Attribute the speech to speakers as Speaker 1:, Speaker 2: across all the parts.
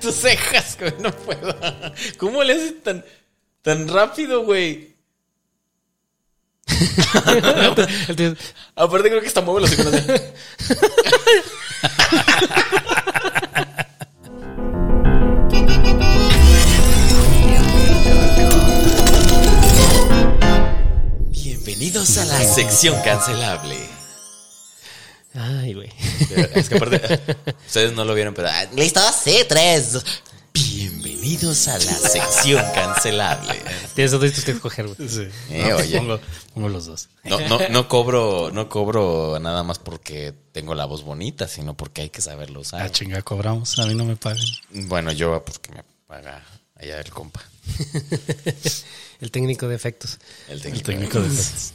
Speaker 1: tus cejas, güey. No puedo. ¿Cómo le haces tan, tan rápido, güey? Aparte creo que está mueve los segundos. Bienvenidos a la sección cancelable.
Speaker 2: Ay, güey.
Speaker 1: Es que aparte, ustedes no lo vieron, pero... ah, ¿Listos? Sí, tres. Bienvenidos a la sección cancelable.
Speaker 2: Tienes dos discos que escoger, güey.
Speaker 1: Eh,
Speaker 2: No,
Speaker 1: oye.
Speaker 2: Pongo, pongo los dos.
Speaker 1: No, no, no cobro, no cobro nada más porque tengo la voz bonita, sino porque hay que saberlo
Speaker 3: Ah,
Speaker 1: usar.
Speaker 3: chinga, cobramos. A mí no me pagan.
Speaker 1: Bueno, yo porque me paga allá el compa.
Speaker 2: El técnico de efectos.
Speaker 1: El
Speaker 3: El
Speaker 1: técnico.
Speaker 3: técnico de efectos.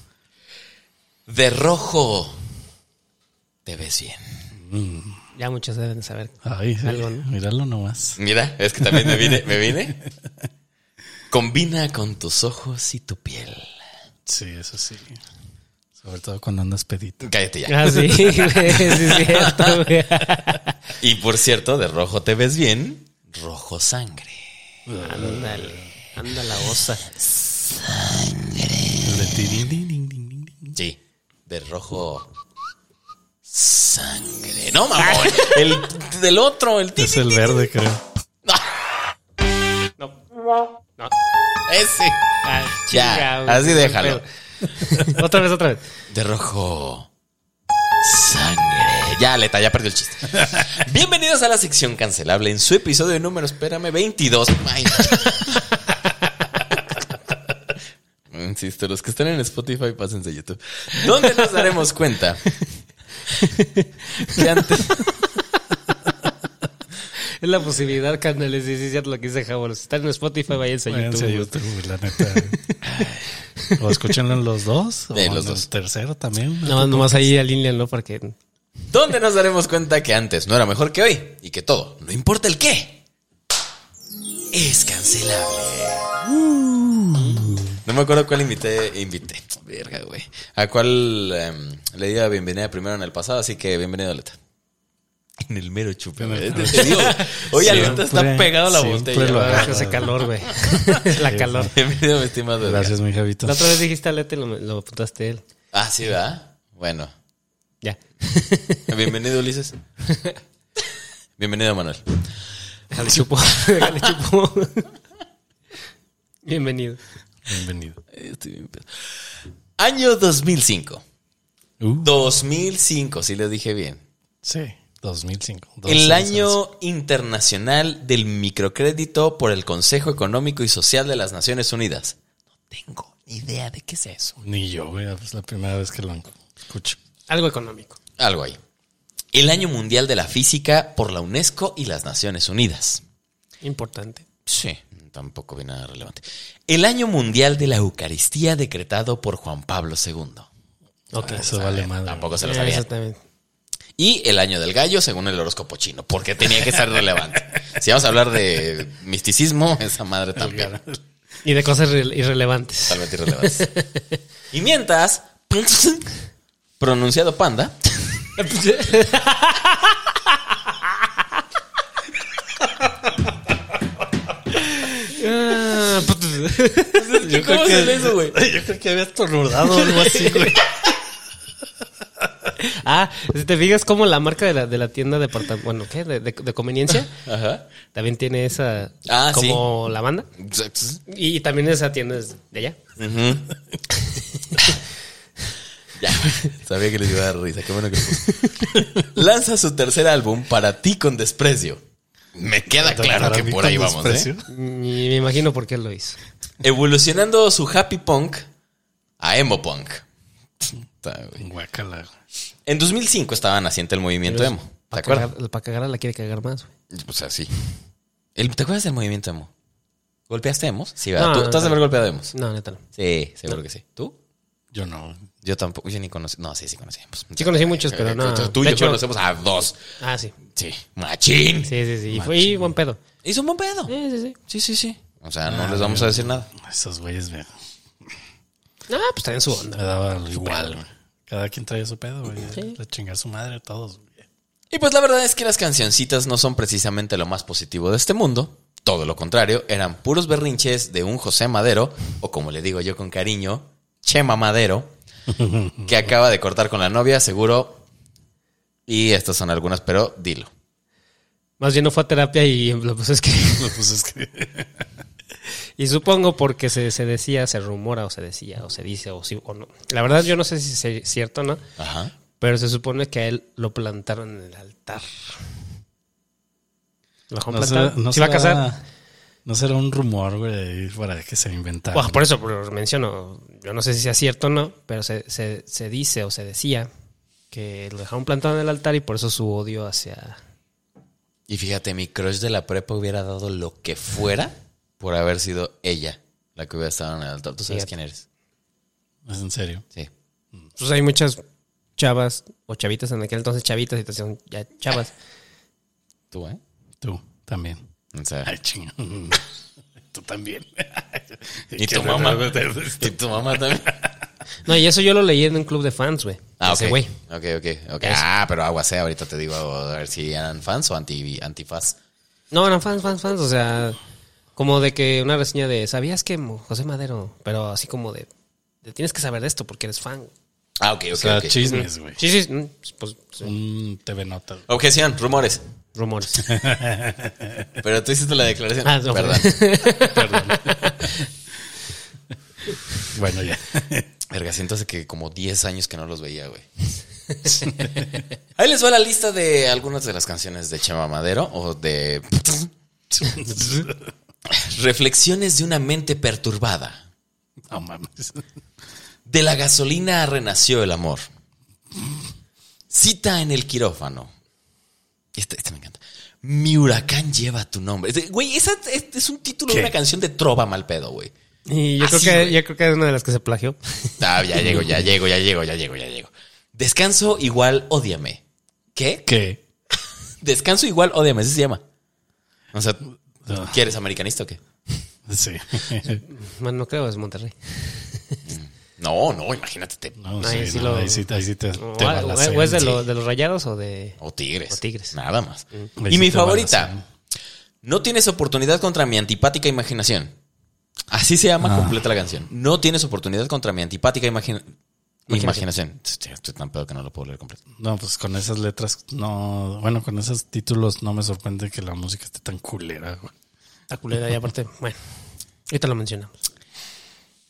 Speaker 1: De rojo. Te ves bien.
Speaker 2: Ya muchos deben de saber.
Speaker 3: Ay, sí.
Speaker 2: Algo, ¿no?
Speaker 3: míralo nomás.
Speaker 1: Mira, es que también me vine, me vine. Combina con tus ojos y tu piel.
Speaker 3: Sí, eso sí. Sobre todo cuando andas pedito.
Speaker 1: Cállate ya.
Speaker 2: Ah, sí, güey, sí es cierto, güey.
Speaker 1: Y por cierto, de rojo te ves bien. Rojo sangre.
Speaker 2: Ándale, anda la osa.
Speaker 3: El de tiriririririririr.
Speaker 1: Sí, de rojo. Sangre. No, mamón. El del otro, el
Speaker 3: Es el verde, creo.
Speaker 2: No,
Speaker 1: Ese.
Speaker 2: ah,
Speaker 1: Ya,
Speaker 2: chinga, güey,
Speaker 1: así
Speaker 2: qué
Speaker 1: déjalo.
Speaker 2: pedo. otra vez, otra vez.
Speaker 1: De rojo. Sangre. Ya, Leta, ya perdió el chiste. Bienvenidos a la sección cancelable en su episodio número, espérame, 22. Ay. Insisto, los que están en Spotify, pásense a YouTube. ¿Dónde nos daremos cuenta? que antes...
Speaker 2: Es la posibilidad, carnales. Sí, sí, es cierto lo que dice Jabo. Si están en Spotify, váyanse a
Speaker 3: Váyanse
Speaker 2: YouTube.
Speaker 3: a YouTube, güey, la neta. o escúchenlo en los dos. O
Speaker 1: De
Speaker 3: en
Speaker 1: los
Speaker 3: el
Speaker 1: dos.
Speaker 3: tercero también.
Speaker 2: No, nomás ahí alíneanlo porque.
Speaker 1: ¿Dónde nos daremos cuenta que antes no era mejor que hoy? Y que todo, no importa el qué, es cancelable. Uh. No me acuerdo cuál invité. Invité. Verga, güey. A cuál em, le di la bienvenida primero en el pasado, así que bienvenido, Leta. En el mero chupe.
Speaker 3: En el-
Speaker 1: güey. Te digo, Oye, Aleta está
Speaker 3: Siempre-
Speaker 1: pegado a la
Speaker 3: siempre
Speaker 1: botella.
Speaker 3: lo
Speaker 1: güey.
Speaker 3: agarro.
Speaker 2: Hace calor, güey. la calor.
Speaker 1: Bienvenido, mi estimado.
Speaker 3: Gracias, mi Javito.
Speaker 2: La otra vez dijiste alete y lo, lo apuntaste él.
Speaker 1: Ah, sí, ¿verdad? Bueno.
Speaker 2: Ya.
Speaker 1: Bienvenido, Ulises. Bienvenido, Manuel.
Speaker 2: Déjale chupo. Déjale chupo. Bienvenido.
Speaker 3: Bienvenido.
Speaker 1: Estoy bien pedo. Año 2005.
Speaker 3: Uh,
Speaker 1: 2005, si lo dije bien.
Speaker 3: sí, 2005.
Speaker 1: el
Speaker 3: 12,
Speaker 1: año internacional del microcrédito por el Consejo Económico y Social de las Naciones Unidas. No tengo ni idea de qué es eso.
Speaker 3: Ni yo, güey. Es la primera vez que lo escucho.
Speaker 2: Algo económico.
Speaker 1: Algo ahí. El año mundial de la física por la UNESCO y las Naciones Unidas.
Speaker 2: Importante.
Speaker 1: Sí, tampoco vi nada relevante. El año mundial de la Eucaristía decretado por Juan Pablo II.
Speaker 2: Ok.
Speaker 3: Ah, Eso vale madre.
Speaker 1: Tampoco se lo
Speaker 2: Eh,
Speaker 1: sabía.
Speaker 2: Eso también.
Speaker 1: Y el año del gallo, según el horóscopo chino, porque tenía que ser relevante. Si vamos a hablar de misticismo, esa madre también.
Speaker 2: Y de cosas irre- irrelevantes.
Speaker 1: Totalmente irrelevante. Y mientras, pronunciado panda,
Speaker 2: Ah,
Speaker 1: Yo creo que-
Speaker 3: Yo creo que había estornudado o algo así, güey.
Speaker 2: Ah, si te fijas como la marca de la, de la tienda de bueno, ¿qué? De, de- de conveniencia,
Speaker 1: Ajá.
Speaker 2: también tiene esa
Speaker 1: Ah, sí.
Speaker 2: como la banda. Y, también esa tienda es de allá.
Speaker 1: Ujú. Ya, sabía que les iba a dar risa. Qué bueno que lo puse. Lanza su tercer álbum, Para ti con desprecio. Me queda claro
Speaker 3: Para
Speaker 1: que
Speaker 3: mí
Speaker 1: por
Speaker 3: con
Speaker 1: ahí vamos, ¿eh?
Speaker 3: desprecio.
Speaker 2: Y me imagino por qué lo hizo.
Speaker 1: Evolucionando su happy punk a emo punk. Está, güey.
Speaker 3: Guácala.
Speaker 1: En 2005 estaba naciente el movimiento emo. ¿Te
Speaker 2: Para
Speaker 1: acuerdas?
Speaker 2: cagar, para cagarla la quiere cagar más, güey.
Speaker 1: Pues así. El- ¿Te acuerdas del movimiento emo? ¿Golpeaste emos? Sí,
Speaker 2: No,
Speaker 1: ¿verdad? ¿Tú,
Speaker 2: no,
Speaker 1: tú has de
Speaker 2: no.
Speaker 1: haber golpeado emos?
Speaker 2: No, neta no.
Speaker 1: Sí, seguro que sí. ¿Tú?
Speaker 3: Yo no.
Speaker 1: Yo tampoco. Yo ni conocí. No, sí, sí conocíamos.
Speaker 2: Sí conocí muchos, pero no.
Speaker 1: Tú y
Speaker 2: De
Speaker 1: yo
Speaker 2: hecho-
Speaker 1: conocemos a dos.
Speaker 2: Ah, sí.
Speaker 1: Sí. Machín.
Speaker 2: Sí, sí, sí. Y fue y buen pedo.
Speaker 1: Hizo un buen pedo.
Speaker 2: Sí, Ah, sí, sí.
Speaker 1: Sí, sí, sí. O sea, no les vamos a decir nada.
Speaker 3: Esos güeyes me,
Speaker 2: Ah, pues traen Pues su
Speaker 3: me
Speaker 2: onda.
Speaker 3: daban igual, güey. Cada quien traía su pedo, güey.
Speaker 2: Sí.
Speaker 3: La chingar su madre, todos, güey.
Speaker 1: Y pues la verdad es que las cancioncitas no son precisamente lo más positivo de este mundo. Todo lo contrario, eran puros berrinches de un José Madero, o como le digo yo con cariño, Chema Madero, que acaba de cortar con la novia, seguro. Y estas son algunas, pero dilo.
Speaker 2: Más bien no fue a terapia y lo pues es que.
Speaker 3: Pues es que-
Speaker 2: Y supongo porque se, se decía, se rumora, o se decía, o se dice, o sí, o no. La verdad, yo no sé si es cierto o no,
Speaker 1: Ajá.
Speaker 2: pero se supone que a él lo plantaron en el altar. ¿Lo dejaron
Speaker 3: No
Speaker 2: plantado?
Speaker 3: será- no
Speaker 2: ¿Se iba a
Speaker 3: será-
Speaker 2: casar?
Speaker 3: No será un rumor, güey, para que se inventara.
Speaker 2: Bueno, por eso por- lo menciono. Yo no sé si sea cierto o no, pero se, se- se dice o se decía que lo dejaron plantado en el altar y por eso su odio hacia.
Speaker 1: Y fíjate, mi crush de la prepa hubiera dado lo que fuera por haber sido ella la que hubiera estado en el altar. ¿Tú sabes
Speaker 2: Fíjate.
Speaker 1: quién eres?
Speaker 3: Es en serio.
Speaker 1: Sí.
Speaker 2: Pues hay muchas chavas o chavitas en aquel entonces, chavitas, y te hacían ya chavas.
Speaker 1: ¿Tú, eh?
Speaker 3: Tú también.
Speaker 1: O sea,
Speaker 3: Ay, chinga. Tú también.
Speaker 1: y tu mamá. Y tu mamá también.
Speaker 2: No, y eso yo lo leí en un club de fans, güey.
Speaker 1: Ah,
Speaker 2: Ese
Speaker 1: ok.
Speaker 2: güey.
Speaker 1: Ok, ok, ok. Ah, pero aguas, eh. Ahorita te digo a ver si eran fans o anti, antifaz.
Speaker 2: No, eran fans, fans, fans. O sea, como de que una reseña de, ¿sabías que Mo- José Madero? Pero así como de, de, tienes que saber de esto porque eres fan.
Speaker 1: Ah, ok, ok.
Speaker 3: O sea,
Speaker 1: ok.
Speaker 3: chismes, güey.
Speaker 2: Sí, sí, mm, pues, sí,
Speaker 3: Un TV Nota.
Speaker 1: Objeción, rumores.
Speaker 2: rumores.
Speaker 1: Pero tú hiciste la declaración.
Speaker 2: Ah, no,
Speaker 1: Perdón.
Speaker 3: Bueno, ya.
Speaker 1: Verga, siento hace que como 10 años que no los veía, güey. Ahí les va la lista de algunas de las canciones de Chema Madero o de Reflexiones de una mente perturbada.
Speaker 3: No mames.
Speaker 1: De la gasolina renació el amor. Cita en el quirófano. Este, este me encanta. Mi huracán lleva tu nombre. Este, Güey, esa es, es un título de
Speaker 3: ¿Qué?
Speaker 1: una canción de trova mal pedo, güey.
Speaker 2: Y yo,
Speaker 1: Así,
Speaker 2: creo que,
Speaker 1: Ah, güey.
Speaker 2: yo creo que es una de las que se plagió.
Speaker 1: Ah, ya llego, ya llego, ya llego, ya llego, ya llego. Descanso igual, ódiame. ¿Qué?
Speaker 3: ¿Qué?
Speaker 1: Descanso igual, ódiame, así se llama. O sea,
Speaker 3: Ah,
Speaker 1: ¿quieres americanista o qué?
Speaker 3: Sí.
Speaker 2: Bueno, no creo, es Monterrey.
Speaker 1: No, no, imagínate. te-
Speaker 3: No,
Speaker 2: Ahí
Speaker 3: sí,
Speaker 2: sí
Speaker 3: no,
Speaker 2: lo-
Speaker 3: ahí sí, ahí sí te, te
Speaker 2: O, o-
Speaker 3: balacean,
Speaker 2: o es de,
Speaker 3: sí.
Speaker 2: lo- de los rayados o de...
Speaker 1: O tigres.
Speaker 2: O Tigres.
Speaker 1: Nada más.
Speaker 3: Ahí
Speaker 1: Y
Speaker 3: sí
Speaker 1: mi
Speaker 3: te
Speaker 1: favorita.
Speaker 3: balacean.
Speaker 1: No tienes oportunidad contra mi antipática imaginación. Así se
Speaker 3: Ah.
Speaker 1: llama completa la canción. No tienes oportunidad contra mi antipática imagina- imaginación. Hostia, Estoy tan pedo que no lo puedo leer completo.
Speaker 3: No, pues con esas letras, no. Bueno, con esos títulos no me sorprende que la música esté tan culera, güey.
Speaker 2: La culera y aparte, bueno, ahorita lo mencionamos.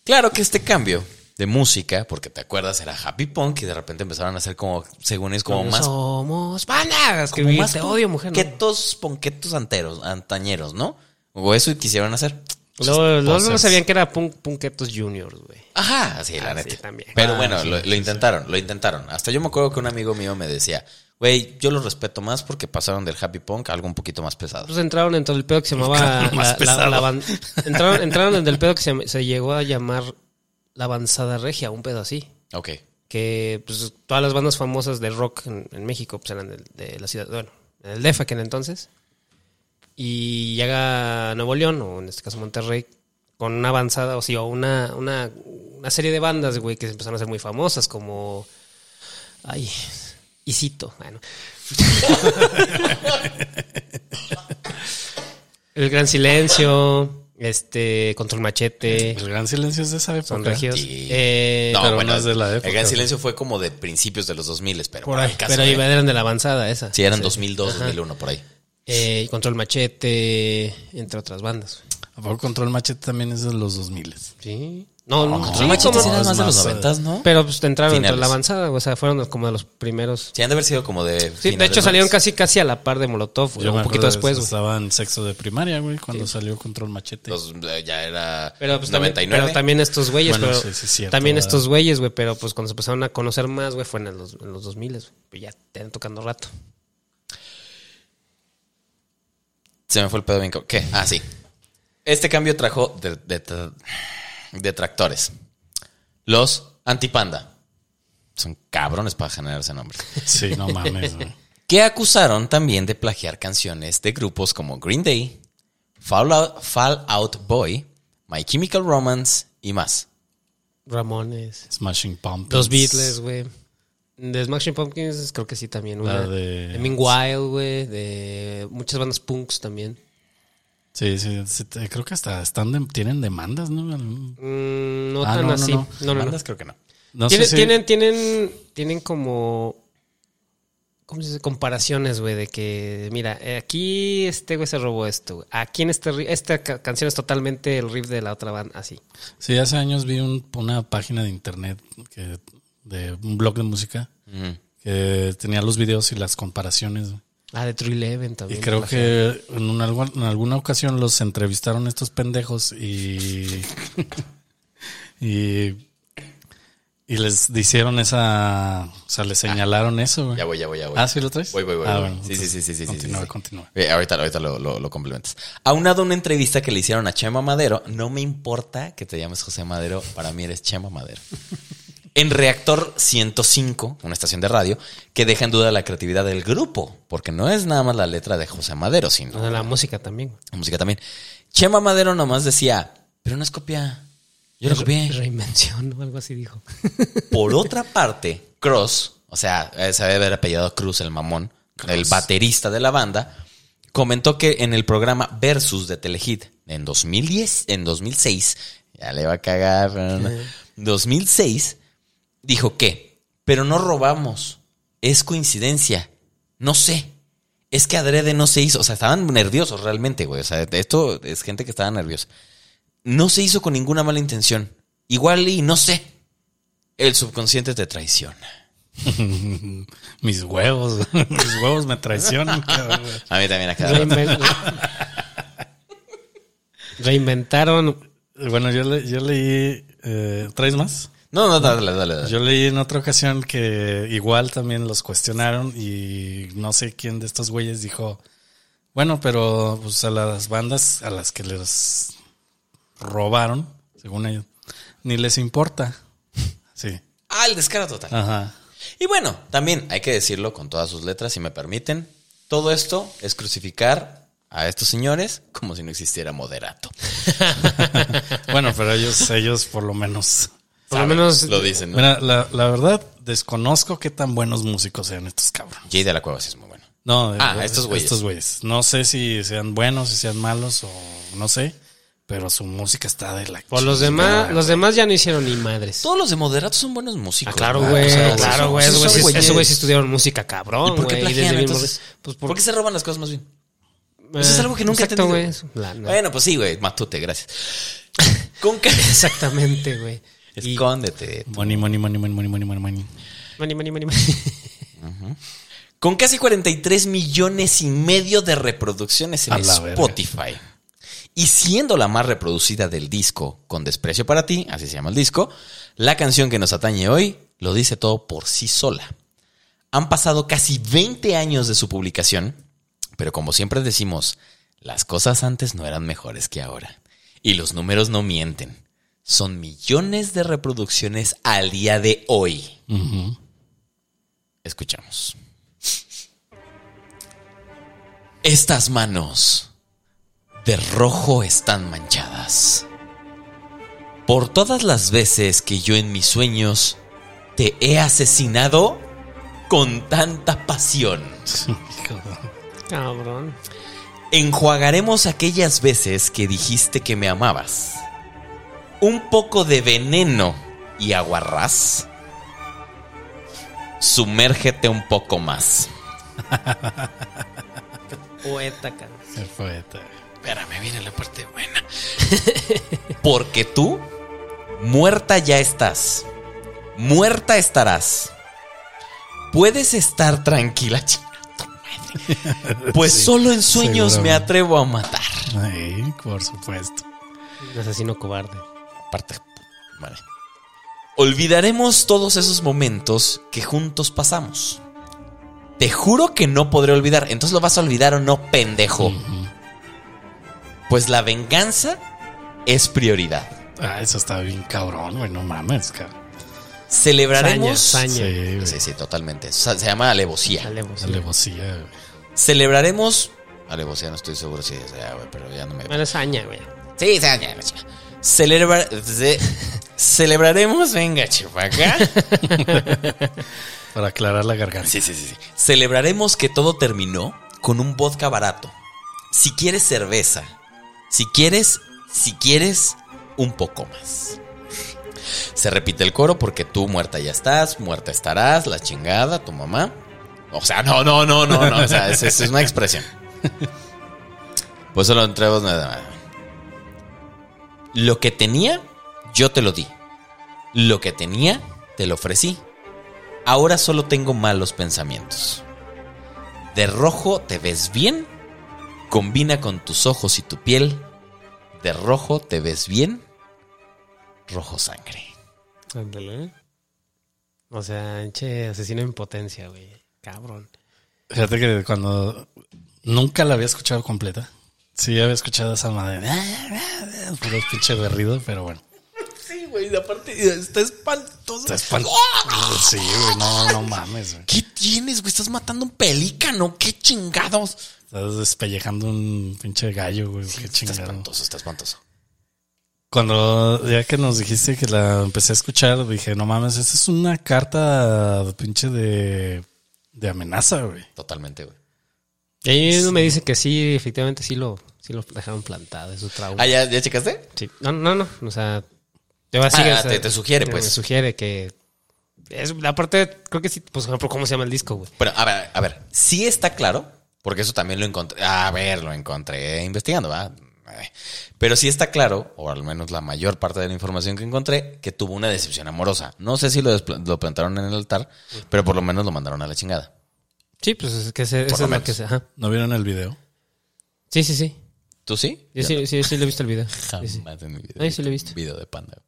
Speaker 1: Claro que este cambio de música, porque te acuerdas, era happy punk y de repente empezaron a hacer como, según es, como
Speaker 2: Cuando
Speaker 1: más
Speaker 2: Somos bandas, que
Speaker 1: como
Speaker 2: vi-
Speaker 1: más
Speaker 2: te
Speaker 1: pon-
Speaker 2: odio, mujer. ¿no?
Speaker 1: Quetos, ponquetos anteros, antañeros, ¿no? O eso quisieron hacer.
Speaker 2: Luego, luego no
Speaker 3: posers.
Speaker 2: sabían que era Punk, Punketos Juniors, güey.
Speaker 1: Ajá, sí, la
Speaker 2: Ah, sí,
Speaker 1: neta.
Speaker 2: también.
Speaker 1: Pero
Speaker 3: Ah,
Speaker 1: bueno,
Speaker 3: sí,
Speaker 1: lo, lo intentaron, lo intentaron. Hasta yo me acuerdo que un amigo mío me decía, güey, yo los respeto más porque pasaron del happy punk a algo un poquito más pesado.
Speaker 2: Entonces Pues entraron en todo el pedo que se llamaba...
Speaker 3: Claro, más
Speaker 2: la- la,
Speaker 3: pesado.
Speaker 2: la ban- entraron, entraron en el pedo que se, se llegó a llamar la avanzada regia, un pedo así.
Speaker 1: Ok.
Speaker 2: que pues, todas las bandas famosas de rock en, en México pues, eran del- de, la ciudad, bueno, el DEF aquel entonces. Y llega a Nuevo León, o en este caso Monterrey, con una avanzada, o sea, una, una, una serie de bandas, güey, que se empezaron a hacer muy famosas, como. Ay, Isito, bueno. El Gran Silencio, este, Control Machete,
Speaker 3: El gran silencio es de esa época.
Speaker 2: Son Regios.
Speaker 1: Sí.
Speaker 2: Eh,
Speaker 1: no,
Speaker 3: pero
Speaker 1: bueno,
Speaker 3: no es de la
Speaker 1: El
Speaker 3: época.
Speaker 1: Gran Silencio fue como de principios de los 2000, pero
Speaker 2: Por
Speaker 1: para
Speaker 2: ahí,
Speaker 1: el caso
Speaker 2: pero
Speaker 1: de-
Speaker 2: iba- eran de la avanzada esa.
Speaker 1: Sí, eran
Speaker 2: Sí.
Speaker 1: 2002,
Speaker 2: Ajá.
Speaker 1: 2001, por ahí.
Speaker 2: Eh, Control Machete, entre otras bandas.
Speaker 3: ¿A poco Control Machete también es de los 2000?
Speaker 2: Pues Sí. No, no, sí,
Speaker 1: Control Machete
Speaker 2: como-
Speaker 1: Pues sí era
Speaker 3: es
Speaker 1: más de los
Speaker 3: más,
Speaker 1: 90, ¿no?
Speaker 2: Pero pues entraron entre
Speaker 1: Finales.
Speaker 2: la avanzada, o sea, fueron como de los primeros.
Speaker 1: Sí, han de haber sido como de...
Speaker 2: Sí, de
Speaker 1: finales,
Speaker 2: hecho
Speaker 1: ¿no?
Speaker 2: salieron casi casi a la par de Molotov, güey, un poquito después, güey.
Speaker 3: Estaba en sexo de primaria, güey, cuando salió Control Machete.
Speaker 1: Los- eh, ya era
Speaker 2: Pero, pues, también-
Speaker 1: 99.
Speaker 2: pero también estos güeyes,
Speaker 3: Bueno,
Speaker 2: pero
Speaker 3: sí, sí, es cierto,
Speaker 2: también
Speaker 3: ¿verdad?
Speaker 2: estos güeyes, güey, pero pues cuando se empezaron a conocer más, güey, fue en los, en los 2000, güey. Pues ya te van tocando rato.
Speaker 1: Se me fue el pedo bien. co- ¿Qué? Ah, sí. Este cambio trajo de- de- de- detractores. Los antipanda. Son cabrones para generarse nombres.
Speaker 3: Sí, no mames, güey.
Speaker 1: Que acusaron también de plagiar canciones de grupos como Green Day, Fallout, Fallout Boy, My Chemical Romance y más.
Speaker 2: Ramones,
Speaker 3: Smashing Pumpkins.
Speaker 2: los Beatles, güey. De Smashing Pumpkins creo que sí también.
Speaker 3: La
Speaker 2: Una,
Speaker 3: de-
Speaker 2: de... Mean Wild, güey. De muchas bandas punks también.
Speaker 3: Sí, sí, sí, te- creo que hasta están de- tienen demandas, ¿no? Al-
Speaker 2: Mm, no
Speaker 3: Ah,
Speaker 2: tan
Speaker 3: no, no,
Speaker 2: así.
Speaker 3: no.
Speaker 2: No, no, no.
Speaker 1: Bandas creo que no.
Speaker 3: No
Speaker 2: tienen,
Speaker 3: sé si-
Speaker 2: tienen, tienen, tienen como. ¿Cómo se dice? Comparaciones, güey, de que, mira, eh, aquí este güey se robó esto, güey. Aquí en este ri- esta ca- canción es totalmente el riff de la otra banda, así.
Speaker 3: Sí, hace años vi un- una página de internet que, de un blog de música
Speaker 2: Mm.
Speaker 1: Ujú.
Speaker 3: que tenía los videos y las comparaciones.
Speaker 2: Ah, de True Eleven
Speaker 3: Y
Speaker 2: también.
Speaker 3: creo que en, un algu- en alguna ocasión los entrevistaron estos pendejos y, y, y les hicieron esa, o sea, les señalaron eso. güey.
Speaker 1: Ah. Ya voy, ya voy, ya voy.
Speaker 3: Ah, sí, lo traes.
Speaker 1: Voy, voy, voy,
Speaker 3: Ah,
Speaker 1: voy.
Speaker 3: bueno,
Speaker 1: Sí, sí, sí, sí, sí, sí,
Speaker 3: Continúa,
Speaker 1: sí.
Speaker 3: continúa.
Speaker 1: Eh, ahorita ahorita lo, lo, lo complementas. Aunado a una entrevista que le hicieron a Chema Madero, no me importa que te llames José Madero, para mí eres Chema Madero. En Reactor 105, una estación de radio, que deja en duda la creatividad del grupo, porque no es nada más la letra de José Madero, sino
Speaker 2: Ah, la música también. güey.
Speaker 1: la música también. Chema Madero nomás decía, pero no es copia. Yo lo copié.
Speaker 2: Re- Reinvención o algo así dijo.
Speaker 1: Por otra parte, Cross, o sea, eh, se debe haber apellidado Cruz el mamón, el baterista de la banda, comentó que en el programa Versus de Telehit en 2010, en 2006, ya le va a cagar, no, no, no, 2006, dijo que, pero no robamos, es coincidencia, no sé. Es que adrede no se hizo, o sea, estaban nerviosos realmente, güey. O sea, esto es gente que estaba nerviosa. No se hizo con ninguna mala intención. Igual y no sé, el subconsciente te traiciona.
Speaker 3: Mis huevos, mis huevos me traicionan. cabrón, güey.
Speaker 1: A mí también acá.
Speaker 2: Reinven- Reinventaron.
Speaker 3: Bueno, yo, le- yo leí. eh, ¿Traes más?
Speaker 1: No, no, dale, dale, dale.
Speaker 3: Yo leí en otra ocasión que igual también los cuestionaron y no sé quién de estos güeyes dijo, bueno, pero pues a las bandas a las que les robaron, según ellos, ni les importa. Sí.
Speaker 1: Ah, el descaro total.
Speaker 3: Ajá.
Speaker 1: Y bueno, también hay que decirlo con todas sus letras, si me permiten. Todo esto es crucificar a estos señores como si no existiera moderato.
Speaker 3: Bueno, pero ellos, ellos por lo menos.
Speaker 2: Por lo
Speaker 1: Saben,
Speaker 2: menos.
Speaker 1: Lo dicen, ¿no?
Speaker 3: Mira, la, la verdad, desconozco qué tan buenos músicos sean estos cabrones.
Speaker 1: Jay de la Cueva sí es muy bueno.
Speaker 3: No,
Speaker 1: Ah,
Speaker 3: eh,
Speaker 1: estos güeyes.
Speaker 3: Estos güeyes. No sé si sean buenos, si sean malos o no sé, pero su música está de la
Speaker 2: Por los
Speaker 3: chingada,
Speaker 1: Ah,
Speaker 2: demás, los demás ya no hicieron ni madres.
Speaker 1: Todos los de moderato son buenos músicos.
Speaker 2: Ah, claro,
Speaker 1: ¿verdad?
Speaker 2: güey.
Speaker 1: O sea,
Speaker 2: claro,
Speaker 1: esos-
Speaker 2: güey.
Speaker 1: esos
Speaker 2: Esos
Speaker 1: son
Speaker 2: güeyes esos güeyes
Speaker 1: güeyes.
Speaker 2: estudiaron música,
Speaker 1: ¿Y
Speaker 2: cabrón,
Speaker 1: por qué
Speaker 2: güey. y
Speaker 1: plagian,
Speaker 2: desde bien
Speaker 1: entonces?
Speaker 2: morri-
Speaker 1: Pues,
Speaker 2: Pues
Speaker 1: ¿por...
Speaker 2: por-
Speaker 1: qué se roban las cosas más bien? Eso
Speaker 2: Eh,
Speaker 1: es algo que nunca he
Speaker 2: exacto,
Speaker 1: entendido.
Speaker 2: güey. La- la-
Speaker 1: Bueno, pues sí, güey. Matute, gracias. Con ca-
Speaker 2: Exactamente, güey. Y-
Speaker 1: Escóndete.
Speaker 3: Money, money, money, money, money, money, money, money.
Speaker 2: Mani, mani, mani, mani.
Speaker 1: Con casi 43 millones y medio de reproducciones en
Speaker 3: A la verga.
Speaker 1: Spotify. Y siendo la más reproducida del disco, con desprecio para ti, así se llama el disco, la canción que nos atañe hoy lo dice todo por sí sola. Han pasado casi 20 años de su publicación, pero como siempre decimos, las cosas antes no eran mejores que ahora. Y los números no mienten. Son millones de reproducciones al día de hoy.
Speaker 3: Ujú.
Speaker 1: Escuchamos. Estas manos de rojo están manchadas. Por todas las veces que yo en mis sueños te he asesinado con tanta pasión.
Speaker 2: Cabrón.
Speaker 1: Enjuagaremos aquellas veces que dijiste que me amabas. Un poco de veneno y aguarrás. Sumérgete un poco más.
Speaker 2: Poeta, cabrón.
Speaker 3: Se fue, está.
Speaker 1: Espérame, viene la parte buena. Porque tú, muerta ya estás. Muerta estarás. Puedes estar tranquila, chinga tu madre. Pues
Speaker 3: Sí,
Speaker 1: solo en sueños me
Speaker 3: seguramente.
Speaker 1: atrevo a matar.
Speaker 3: Ay, por supuesto.
Speaker 2: Un asesino cobarde.
Speaker 1: Aparte, vale. Olvidaremos todos esos momentos que juntos pasamos. Te juro que no podré olvidar. Entonces lo vas a olvidar o no, pendejo. Pues la venganza es prioridad.
Speaker 3: Ah, eso está bien cabrón, güey, no mames, cabrón.
Speaker 1: Celebraremos.
Speaker 2: Saña,
Speaker 3: Sí,
Speaker 2: saña.
Speaker 3: güey.
Speaker 1: Sí, sí, totalmente. O sea, Se llama alevosía.
Speaker 2: Alevos.
Speaker 3: Alevosía, güey.
Speaker 1: Celebraremos. Alevosía, no estoy seguro si es. ah, güey, pero ya no me.
Speaker 2: Bueno, es saña, güey.
Speaker 1: Sí, saña, la chica. Celebra- de- Celebraremos, venga, Chewbacca.
Speaker 3: Para aclarar la garganta.
Speaker 1: Sí, sí, sí, sí. Celebraremos que todo terminó con un vodka barato. Si quieres cerveza, si quieres, si quieres, un poco más. Se repite el coro porque tú muerta ya estás, muerta estarás, la chingada, tu mamá. O sea, no, no, no, no, no. O sea, es, es una expresión. Pues solo entre vos nada. Lo que tenía, yo te lo di. Lo que tenía, te lo ofrecí. Ahora solo tengo malos pensamientos. De rojo te ves bien. Combina con tus ojos y tu piel. De rojo te ves bien. Rojo sangre.
Speaker 2: Ándale. O sea, che, asesino en potencia, güey. Cabrón.
Speaker 3: Fíjate que cuando nunca la había escuchado completa. Sí, había escuchado esa madre. Puro pinche berrido, pero bueno.
Speaker 1: Sí, güey, aparte está espantoso.
Speaker 3: Está espan- Sí, güey, no, no mames, güey.
Speaker 1: ¿Qué tienes, güey? Estás matando un pelícano. ¿Qué chingados?
Speaker 3: Estás despellejando un pinche gallo, güey. Qué
Speaker 1: Está
Speaker 3: chingado.
Speaker 1: espantoso, está espantoso.
Speaker 3: Cuando ya que nos dijiste que la empecé a escuchar, dije, no mames, esa es una carta pinche de, de amenaza, güey.
Speaker 1: Totalmente, güey.
Speaker 2: Y ahí uno me dice que sí, efectivamente sí lo, sí lo dejaron plantado, es su trauma.
Speaker 1: Ah, ¿ya, ya checaste?
Speaker 2: Sí. No, no, no. O sea, te va a
Speaker 1: Ah,
Speaker 2: seguir, o sea,
Speaker 1: te- te sugiere, pues.
Speaker 2: Te sugiere que. Es, aparte, creo que sí, pues, por ejemplo, ¿cómo se llama el disco, güey?
Speaker 1: Bueno, a ver, a ver. Sí está claro, porque eso también lo encontré. A ver, lo encontré investigando, ¿va? Eh, Pero sí está claro, o al menos la mayor parte de la información que encontré, que tuvo una decepción amorosa. No sé si lo, despl- lo plantaron en el altar, pero por lo menos lo mandaron a la chingada.
Speaker 2: Sí, pues es que se,
Speaker 1: Por
Speaker 2: eso
Speaker 1: lo
Speaker 2: es lo
Speaker 1: menos.
Speaker 2: que se. Ajá.
Speaker 3: ¿No vieron el video?
Speaker 2: Sí, sí, sí.
Speaker 1: ¿Tú sí?
Speaker 2: Yo sí, sí, sí, le he visto el video. Sí,
Speaker 1: Jamás
Speaker 2: sí.
Speaker 1: en mi vida.
Speaker 2: Ay, sí lo he visto.
Speaker 1: Video de panda.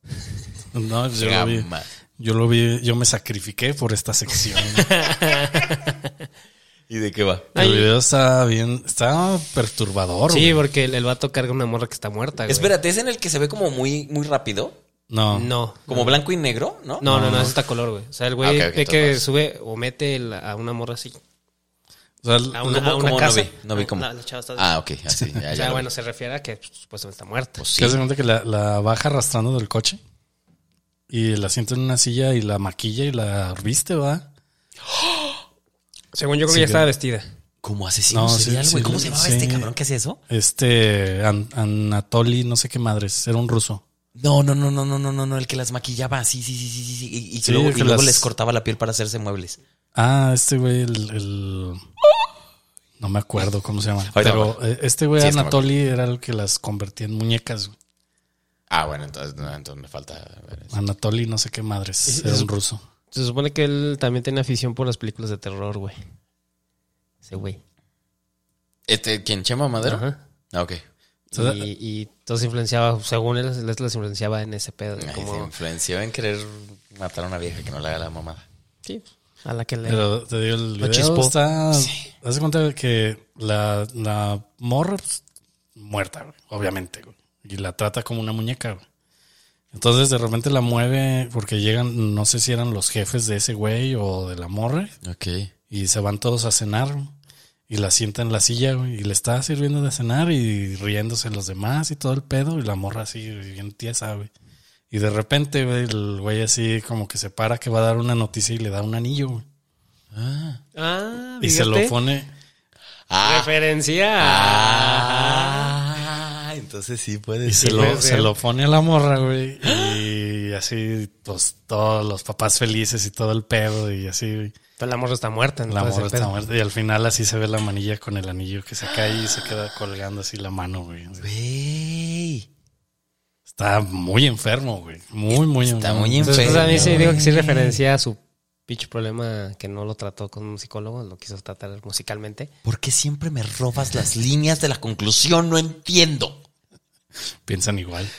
Speaker 3: No, yo lo vi.
Speaker 1: Jamás.
Speaker 3: Yo lo vi, yo me sacrifiqué por esta sección.
Speaker 1: ¿Y de qué va?
Speaker 3: el
Speaker 2: Ay.
Speaker 3: video está bien, está perturbador,
Speaker 2: Sí,
Speaker 3: güey.
Speaker 2: porque el, el vato carga una morra que está muerta, güey.
Speaker 1: Espérate, es en el que se ve como muy, muy rápido,
Speaker 3: No.
Speaker 2: No.
Speaker 1: como blanco y negro, ¿no?
Speaker 2: No, no, no, es está color, güey. O sea, el güey
Speaker 1: Ah, ok, ok,
Speaker 2: ve que
Speaker 1: entonces.
Speaker 2: sube o mete la- a una morra así.
Speaker 3: O sea, el-
Speaker 2: A una,
Speaker 1: ¿Cómo-
Speaker 2: a una
Speaker 1: cómo
Speaker 2: casa.
Speaker 1: No vi, no vi cómo.
Speaker 2: La, la chava está.
Speaker 1: Ah, ok, así. Ya,
Speaker 2: o
Speaker 1: ya
Speaker 2: sea,
Speaker 1: lo
Speaker 2: bueno,
Speaker 1: vi.
Speaker 2: se refiere a que pues, supuestamente está muerta.
Speaker 1: Pues
Speaker 3: ¿Te das
Speaker 1: sí.
Speaker 3: cuenta que la, la baja arrastrando del coche? Y la sienta en una silla y la maquilla y la viste, ¿va?
Speaker 2: Según yo creo
Speaker 3: Sí,
Speaker 2: que ya
Speaker 3: que-
Speaker 2: estaba vestida.
Speaker 1: Como asesino
Speaker 3: No, sí,
Speaker 1: serial, güey.
Speaker 3: sí,
Speaker 1: ¿Cómo se llamaba este
Speaker 3: sí.
Speaker 1: cabrón que hacía eso?
Speaker 3: Este An- Anatoly, no sé qué madres, era un ruso.
Speaker 1: No, no, no, no, no, no, no, no, el que las maquillaba, sí, sí, sí, sí, sí, sí, y, y que
Speaker 3: Sí,
Speaker 1: luego,
Speaker 3: el
Speaker 1: y
Speaker 3: que
Speaker 1: luego
Speaker 3: las-
Speaker 1: les cortaba la piel para hacerse muebles.
Speaker 3: Ah, este güey, el, el- No me acuerdo cómo se llama.
Speaker 1: Ahorita me
Speaker 3: pero eh, este güey
Speaker 1: Sí, es que me
Speaker 3: Anatoly era el que las convertía en muñecas. güey.
Speaker 1: Ah, bueno, entonces, no, entonces me falta ver eso.
Speaker 3: Anatoly, no sé qué madres, era un ruso.
Speaker 2: Se supone que él también tiene afición por las películas de terror, güey. Ese güey.
Speaker 1: Este, ¿quién Chema Madero?
Speaker 2: Ajá.
Speaker 1: Ah, ok.
Speaker 2: Y, y todo se influenciaba, según él, él se influenciaba en ese pedo. de
Speaker 1: Ay,
Speaker 2: como-
Speaker 1: se influenció en querer matar a una vieja que no le haga la mamada.
Speaker 2: sí, a la que le.
Speaker 3: Pero te digo, el
Speaker 2: Lo
Speaker 3: video
Speaker 2: chispó.
Speaker 3: está... Haz de cuenta que la, la morra pues, muerta, güey, obviamente, güey, Y la trata como una muñeca, güey. Entonces de repente la mueve porque llegan, no sé si eran los jefes de ese güey o de la morra,
Speaker 1: Ok.
Speaker 3: y se van todos a cenar, güey, Y la sienta en la silla, güey, y le está sirviendo de cenar y riéndose los demás y todo el pedo, y la morra así, güey, bien tiesa, güey. Y de repente, güey, el güey así como que se para que va a dar una noticia y le da un anillo, güey.
Speaker 2: Ah,
Speaker 3: Y se lo
Speaker 2: fíjate.
Speaker 3: pone.
Speaker 1: Ah,
Speaker 2: Referencia.
Speaker 1: ah, entonces sí puede
Speaker 3: Y se
Speaker 1: ser.
Speaker 3: lo,
Speaker 2: puede
Speaker 3: se
Speaker 2: ser.
Speaker 3: lo pone a la morra, güey. Y así, pues todos los papás felices y todo el pedo. Y así, güey.
Speaker 2: Pero la morra está muerta.
Speaker 3: la morra está muerta. Y al final, así se ve la manilla con el anillo que se cae y se queda colgando así la mano, güey.
Speaker 1: Güey.
Speaker 3: Está muy enfermo, güey. Muy, muy
Speaker 1: Está
Speaker 3: enfermo.
Speaker 1: muy
Speaker 2: Entonces, pues,
Speaker 1: enfermo.
Speaker 2: a mí sí
Speaker 1: güey.
Speaker 2: digo que sí referencia a su pinche problema que no lo trató con un psicólogo, lo quiso tratar musicalmente.
Speaker 1: ¿Por qué siempre me robas las líneas de la conclusión? No entiendo.
Speaker 3: Piensan igual.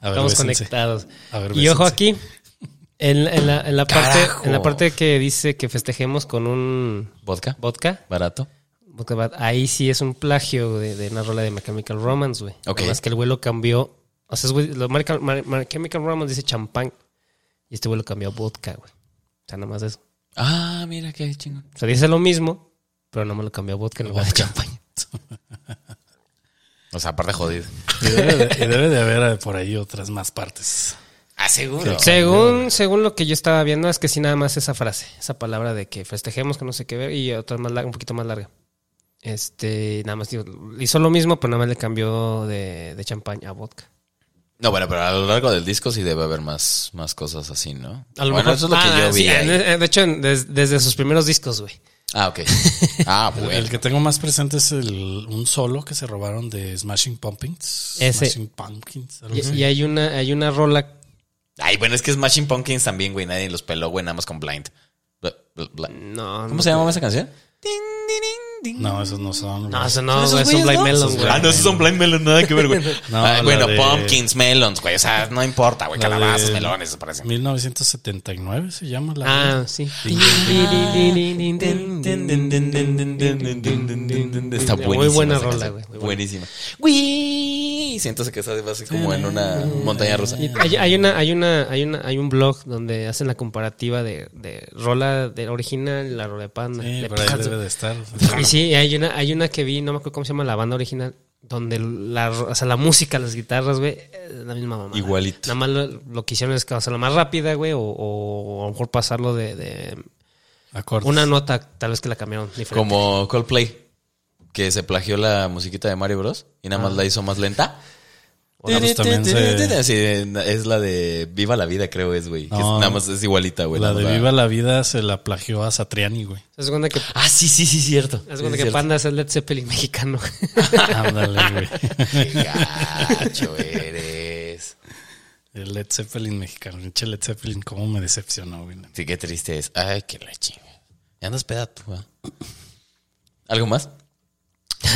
Speaker 3: A ver,
Speaker 2: Estamos
Speaker 3: bésense.
Speaker 2: conectados.
Speaker 3: A ver,
Speaker 2: y ojo
Speaker 3: bésense.
Speaker 2: aquí, en, en la, en la parte,
Speaker 1: Carajo.
Speaker 2: en la parte que dice que festejemos con un
Speaker 1: ¿Vodka?
Speaker 2: vodka,
Speaker 1: ¿Barato?
Speaker 2: vodka bat- ahí sí es un plagio de, de una rola de My Chemical Romance, güey.
Speaker 1: Ok.
Speaker 2: Además que el güey lo cambió. O sea, es güey- lo marca- My- My Chemical Romance dice champán. Y este güey lo cambió a vodka, güey. O sea, nada más eso.
Speaker 1: Ah, mira qué chingón.
Speaker 2: O sea, dice lo mismo, pero no me lo cambió a vodka en lugar de champaña.
Speaker 1: O sea, aparte jodido.
Speaker 3: Y debe, de, y debe de haber eh, por ahí otras más partes.
Speaker 1: Ah, seguro.
Speaker 2: Según, según lo que yo estaba viendo, es que sí, nada más esa frase, esa palabra de que festejemos que no sé qué ver y otra más larga, un poquito más larga. Este, nada más digo, hizo lo mismo, pero nada más le cambió de, de champaña a vodka.
Speaker 1: No, bueno, pero a lo largo del disco sí debe haber más, más cosas así, ¿no?
Speaker 2: A lo
Speaker 1: bueno,
Speaker 2: mejor-
Speaker 1: eso es lo que
Speaker 2: Ah,
Speaker 1: yo vi.
Speaker 2: sí,
Speaker 1: ahí.
Speaker 2: eh, De hecho, en- des- desde sus primeros discos, güey.
Speaker 1: Ah, ok. Ah,
Speaker 3: El,
Speaker 1: bueno.
Speaker 3: el que tengo más presente es el, un solo que se robaron de Smashing Pumpkins.
Speaker 2: Ese.
Speaker 3: Smashing Pumpkins. algo
Speaker 2: Y,
Speaker 3: así.
Speaker 2: y hay una, hay una rola
Speaker 1: Ay, bueno, es que Smashing Pumpkins también, güey. Nadie los peló, güey, nada más con Blind. Bla- bla- bla.
Speaker 2: No,
Speaker 1: ¿Cómo
Speaker 2: no
Speaker 1: se
Speaker 2: te-
Speaker 1: llamaba esa canción?
Speaker 3: No, esos no son. güey.
Speaker 2: No, eso no,
Speaker 1: ¿Son
Speaker 2: güey,
Speaker 1: esos
Speaker 2: es un
Speaker 1: güeyes,
Speaker 2: Blind
Speaker 1: no?
Speaker 2: Melon,
Speaker 3: Esos
Speaker 2: güey.
Speaker 1: Ah, no, esos son Blind Melon, nada que ver, güey.
Speaker 3: No,
Speaker 1: Ay,
Speaker 3: la
Speaker 1: bueno,
Speaker 3: de-
Speaker 1: pumpkins, melons, güey. O sea, no importa, güey.
Speaker 3: La de-
Speaker 1: Calabazas, melones, se parecen.
Speaker 3: 1979 se llama la.
Speaker 2: Ah, sí.
Speaker 1: Está
Speaker 2: Muy
Speaker 1: buenísima
Speaker 2: buena
Speaker 1: esa
Speaker 2: rola,
Speaker 1: canción.
Speaker 2: güey. muy buena.
Speaker 1: Buenísima. Uy, siento que estás así como en una montaña rusa.
Speaker 2: Y Hay, hay una, hay una, hay una, hay un blog donde hacen la comparativa de, de rola de original y la rola de panda.
Speaker 3: Sí,
Speaker 2: De
Speaker 3: por ahí
Speaker 2: Panda.
Speaker 3: debe de estar.
Speaker 2: Y sí, hay una, hay una que vi, no me acuerdo cómo se llama la banda original, donde la, ro- o sea, la música, las guitarras, güey, es la misma mamá.
Speaker 1: Igualito.
Speaker 2: Nada más lo, lo que hicieron es que hacerla más rápida, güey, o, o a lo mejor pasarlo de, de
Speaker 3: Acordes.
Speaker 2: una nota, tal vez que la cambiaron diferente.
Speaker 1: Como Coldplay, que se plagió la musiquita de Mario Bros. y nada más la hizo más lenta.
Speaker 3: Ah, pues también se-
Speaker 1: Sí, es la de Viva la Vida, creo es, güey. que es-
Speaker 3: No.
Speaker 1: nada más es igualita, güey.
Speaker 3: La
Speaker 1: nada
Speaker 3: de
Speaker 1: más
Speaker 3: Viva la Vida se la plagió a Satriani, güey.
Speaker 2: ¿Se das cuenta que,
Speaker 1: Ah, sí, sí, sí, cierto.
Speaker 2: haz
Speaker 1: Sí,
Speaker 2: cuenta que
Speaker 1: cierto.
Speaker 2: Panda es el Led Zeppelin mexicano?
Speaker 3: Ándale, güey.
Speaker 1: Qué gacho eres.
Speaker 3: El Led Zeppelin mexicano. Pinche Led Zeppelin, cómo me decepcionó, güey.
Speaker 1: Sí, qué triste es. Ay, qué la chinga. Ya andas peda tú, ¿ah? ¿Algo más?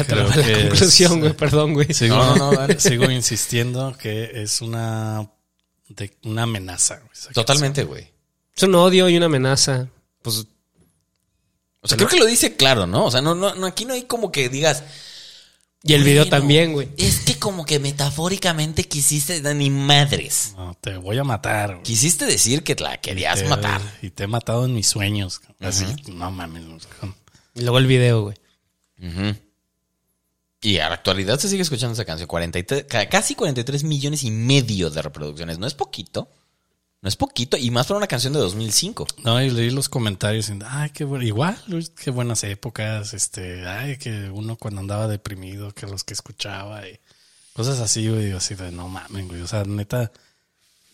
Speaker 2: Pero
Speaker 3: Creo
Speaker 2: la
Speaker 3: que
Speaker 2: conclusión,
Speaker 3: es-
Speaker 2: güey, perdón, güey.
Speaker 3: Sigo,
Speaker 1: No, no, no, vale.
Speaker 3: sigo insistiendo que es una, de, una amenaza. güey. Esa
Speaker 1: Totalmente, güey.
Speaker 2: Es un odio y una amenaza. Pues
Speaker 1: O sea, creo que lo dice claro, ¿no? O sea, no, no, no, aquí no hay como que digas.
Speaker 2: Y el video
Speaker 1: "Bueno,
Speaker 2: también, güey.
Speaker 1: Es que como que metafóricamente quisiste, ni madres.
Speaker 3: No, te voy a matar. güey.
Speaker 1: Quisiste decir que la querías
Speaker 3: Te-
Speaker 1: matar.
Speaker 3: Y te he matado en mis sueños. cabrón. Así, no mames. güey.
Speaker 2: Y luego el video, güey.
Speaker 1: Ujú. Y a la actualidad se sigue escuchando esa canción. 43, ca- casi 43 millones y medio de reproducciones. No es poquito. No es poquito. Y más para una canción de 2005.
Speaker 3: No, y leí los comentarios. y, Ay, qué bueno. Igual, güey, qué buenas épocas. Este, ay, que uno cuando andaba deprimido, que los que escuchaba y cosas así, güey. yo Así de no mames, güey. O sea, neta,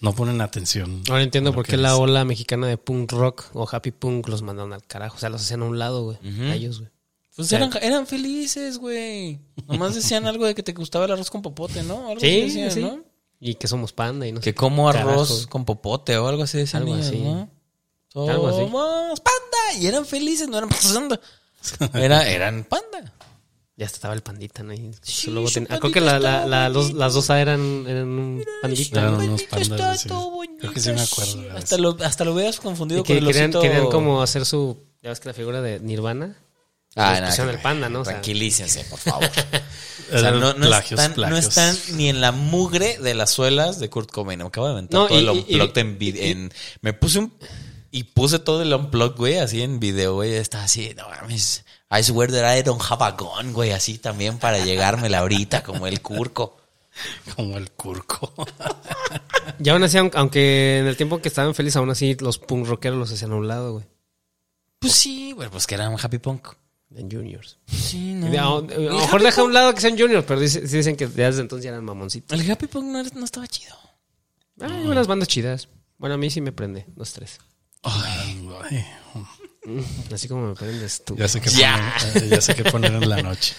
Speaker 3: no ponen atención.
Speaker 2: Ahora entiendo
Speaker 3: Lo
Speaker 2: por
Speaker 3: que
Speaker 2: qué la
Speaker 3: es.
Speaker 2: ola mexicana de punk rock o happy punk los mandaron al carajo. O sea, los hacían a un lado, güey. A ellos, güey.
Speaker 1: Pues eran, eran felices, güey. Nomás decían algo de que te gustaba el arroz con popote, ¿no? Algo así
Speaker 2: Sí,
Speaker 1: decían,
Speaker 2: sí.
Speaker 1: ¿no?
Speaker 2: Y que somos panda y no
Speaker 1: Que
Speaker 2: sé.
Speaker 1: como arroz
Speaker 2: Carajo.
Speaker 1: con popote o algo así decían
Speaker 2: Algo
Speaker 1: ellas,
Speaker 2: así.
Speaker 1: ¿no?
Speaker 2: Algo así.
Speaker 1: Somos panda. Y eran felices, no eran panda. Era, eran panda.
Speaker 2: Ya estaba el pandita, ¿no? Y
Speaker 1: Sí,
Speaker 2: luego
Speaker 1: su
Speaker 2: ten- ah, creo
Speaker 1: pandita
Speaker 2: que la- la-
Speaker 1: estaba
Speaker 2: la- los-
Speaker 1: bonito.
Speaker 2: las dos A eran, eran un pandita.
Speaker 3: Eran
Speaker 2: ¿no?
Speaker 3: unos
Speaker 1: Maldito, estaba
Speaker 3: pandas. sí.
Speaker 1: todo bonito,
Speaker 3: Creo que sí me acuerdo.
Speaker 1: sí.
Speaker 3: güey.
Speaker 1: Hasta lo, hasta lo hubieras confundido
Speaker 2: Y que
Speaker 1: con el
Speaker 2: querían,
Speaker 1: osito-
Speaker 2: querían como hacer su. Ya ves que la figura de Nirvana.
Speaker 1: Ah,
Speaker 2: Pues
Speaker 1: nada,
Speaker 2: pusieron
Speaker 1: que-
Speaker 2: el panda, ¿no? O sea-
Speaker 1: Tranquilícense, por favor. O sea,
Speaker 3: Eran
Speaker 1: no, no
Speaker 3: plagios,
Speaker 1: están, no
Speaker 3: plagios.
Speaker 1: están ni en la mugre de las suelas de Kurt Cobain. Me acabo de aventar
Speaker 2: No,
Speaker 1: todo
Speaker 2: y-
Speaker 1: el
Speaker 2: y-
Speaker 1: unplugged
Speaker 2: y-
Speaker 1: en, vid- en- Me puse un... Y puse todo el unplugged, güey, así en video, güey. Estaba así, no mames. I swear that I don't have a gun, güey. Así también para llegármela ahorita, como el curco.
Speaker 3: Como el curco.
Speaker 2: Y aún así, aun- aunque en el tiempo que estaban felices, aún así los punk rockeros los hacían a un lado, güey.
Speaker 1: Pues sí, güey, pues que era un happy punk.
Speaker 2: En juniors.
Speaker 1: Sí,
Speaker 2: Y de- ah, eh, A, a lo mejor deja a un lado que sean juniors, pero dice- sí dicen que desde entonces ya eran mamoncitos.
Speaker 1: El happy punk no, no estaba chido.
Speaker 2: Ah, Hay unas bandas chidas. Bueno, a mí sí me prende, los tres.
Speaker 3: Ay, güey.
Speaker 2: Así como me prendes tú.
Speaker 3: Ya sé qué
Speaker 1: Ya.
Speaker 3: poner, eh, ya sé qué poner en la noche.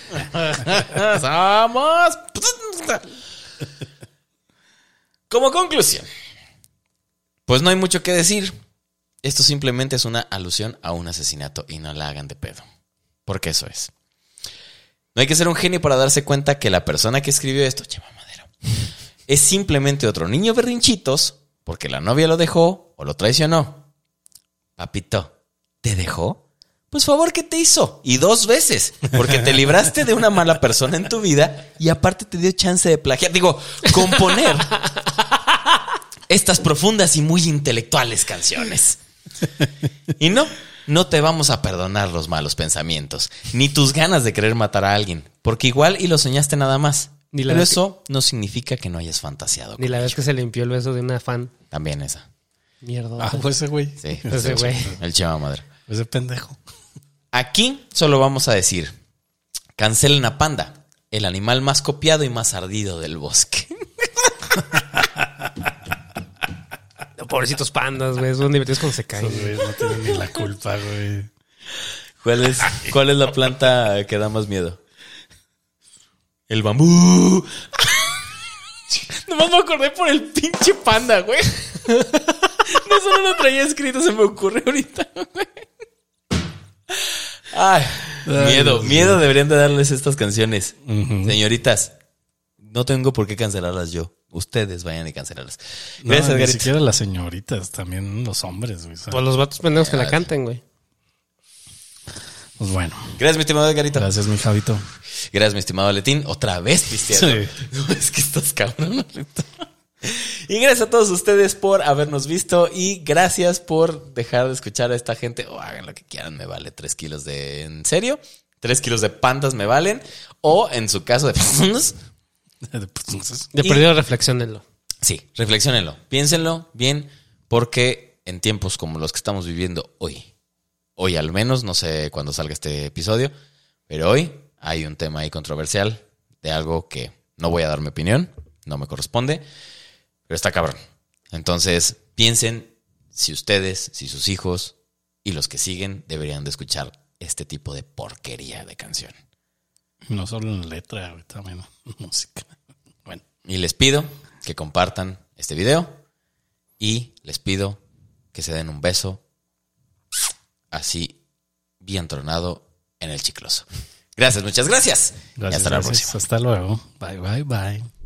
Speaker 1: Somos. Como conclusión, pues no hay mucho que decir. Esto simplemente es una alusión a un asesinato y no la hagan de pedo. Porque eso es. No hay que ser un genio para darse cuenta que la persona que escribió esto, Chema Madero, es simplemente otro niño berrinchitos porque la novia lo dejó o lo traicionó. Papito, ¿te dejó? Pues favor que te hizo. Y dos veces. Porque te libraste de una mala persona en tu vida y aparte te dio chance de plagiar. Digo, componer estas profundas y muy intelectuales canciones. Y no, no te vamos a perdonar los malos pensamientos, ni tus ganas de querer matar a alguien, porque igual y lo soñaste nada más.
Speaker 2: Ni la
Speaker 1: Pero
Speaker 2: vez que-
Speaker 1: eso no significa que no hayas fantaseado.
Speaker 2: Ni la vez que se limpió el beso de una fan.
Speaker 1: También esa.
Speaker 2: Mierda.
Speaker 3: Ah, pues ese güey.
Speaker 1: Sí.
Speaker 2: Ese güey.
Speaker 1: El Chema Madre.
Speaker 3: Ese pendejo.
Speaker 1: Aquí solo vamos a decir: cancelen a Panda, el animal más copiado y más ardido del bosque.
Speaker 2: Pobrecitos pandas, güey. Son divertidos cuando se caen.
Speaker 3: Esos güeyes Pues, no tienen ni la culpa, güey.
Speaker 1: ¿Cuál es, ¿Cuál es la planta que da más miedo? El bambú. Nomás me acordé por el pinche panda, güey. No, eso no lo traía escrito, se me ocurre ahorita, güey. Ay, miedo, miedo deberían de darles estas canciones. Señoritas, no tengo por qué cancelarlas yo. Ustedes vayan y cancelarlas.
Speaker 3: No,
Speaker 1: Gracias,
Speaker 3: ni
Speaker 1: Edgarito.
Speaker 3: siquiera las señoritas, también los hombres, güey. O sea,
Speaker 2: Pues los vatos pendejos que la canten, güey.
Speaker 3: Pues bueno.
Speaker 1: Gracias, mi estimado Edgarito. Gracias.
Speaker 3: Gracias, mi Javito.
Speaker 1: mi estimado Letín. Otra vez, pisteado.
Speaker 3: Sí.
Speaker 1: No, es que estás cabrón. Alito. Y gracias a todos ustedes por habernos visto y gracias por dejar de escuchar a esta gente. O hagan lo que quieran, me vale. Tres kilos de en serio, tres kilos de pandas me valen. O en su caso de pandas,
Speaker 3: Pues Entonces,
Speaker 2: De
Speaker 1: Y-
Speaker 2: perdido, reflexionenlo.
Speaker 1: sí, reflexionenlo, piénsenlo bien, porque en tiempos como los que estamos viviendo hoy, hoy al menos, no sé cuándo salga este episodio, pero hoy hay un tema ahí controversial de algo que no voy a dar mi opinión, no me corresponde, pero está cabrón. Entonces, piensen si ustedes, si sus hijos y los que siguen deberían de escuchar este tipo de porquería de canción.
Speaker 3: no solo en letra, güey, también en música. Bueno,
Speaker 1: Y les pido que compartan este video. Y les pido que se den un beso así bien tronado en el chicloso. Gracias, muchas gracias. y
Speaker 3: gracias.
Speaker 1: hasta la
Speaker 3: gracias.
Speaker 1: próxima.
Speaker 3: Hasta luego. Bye, bye, bye.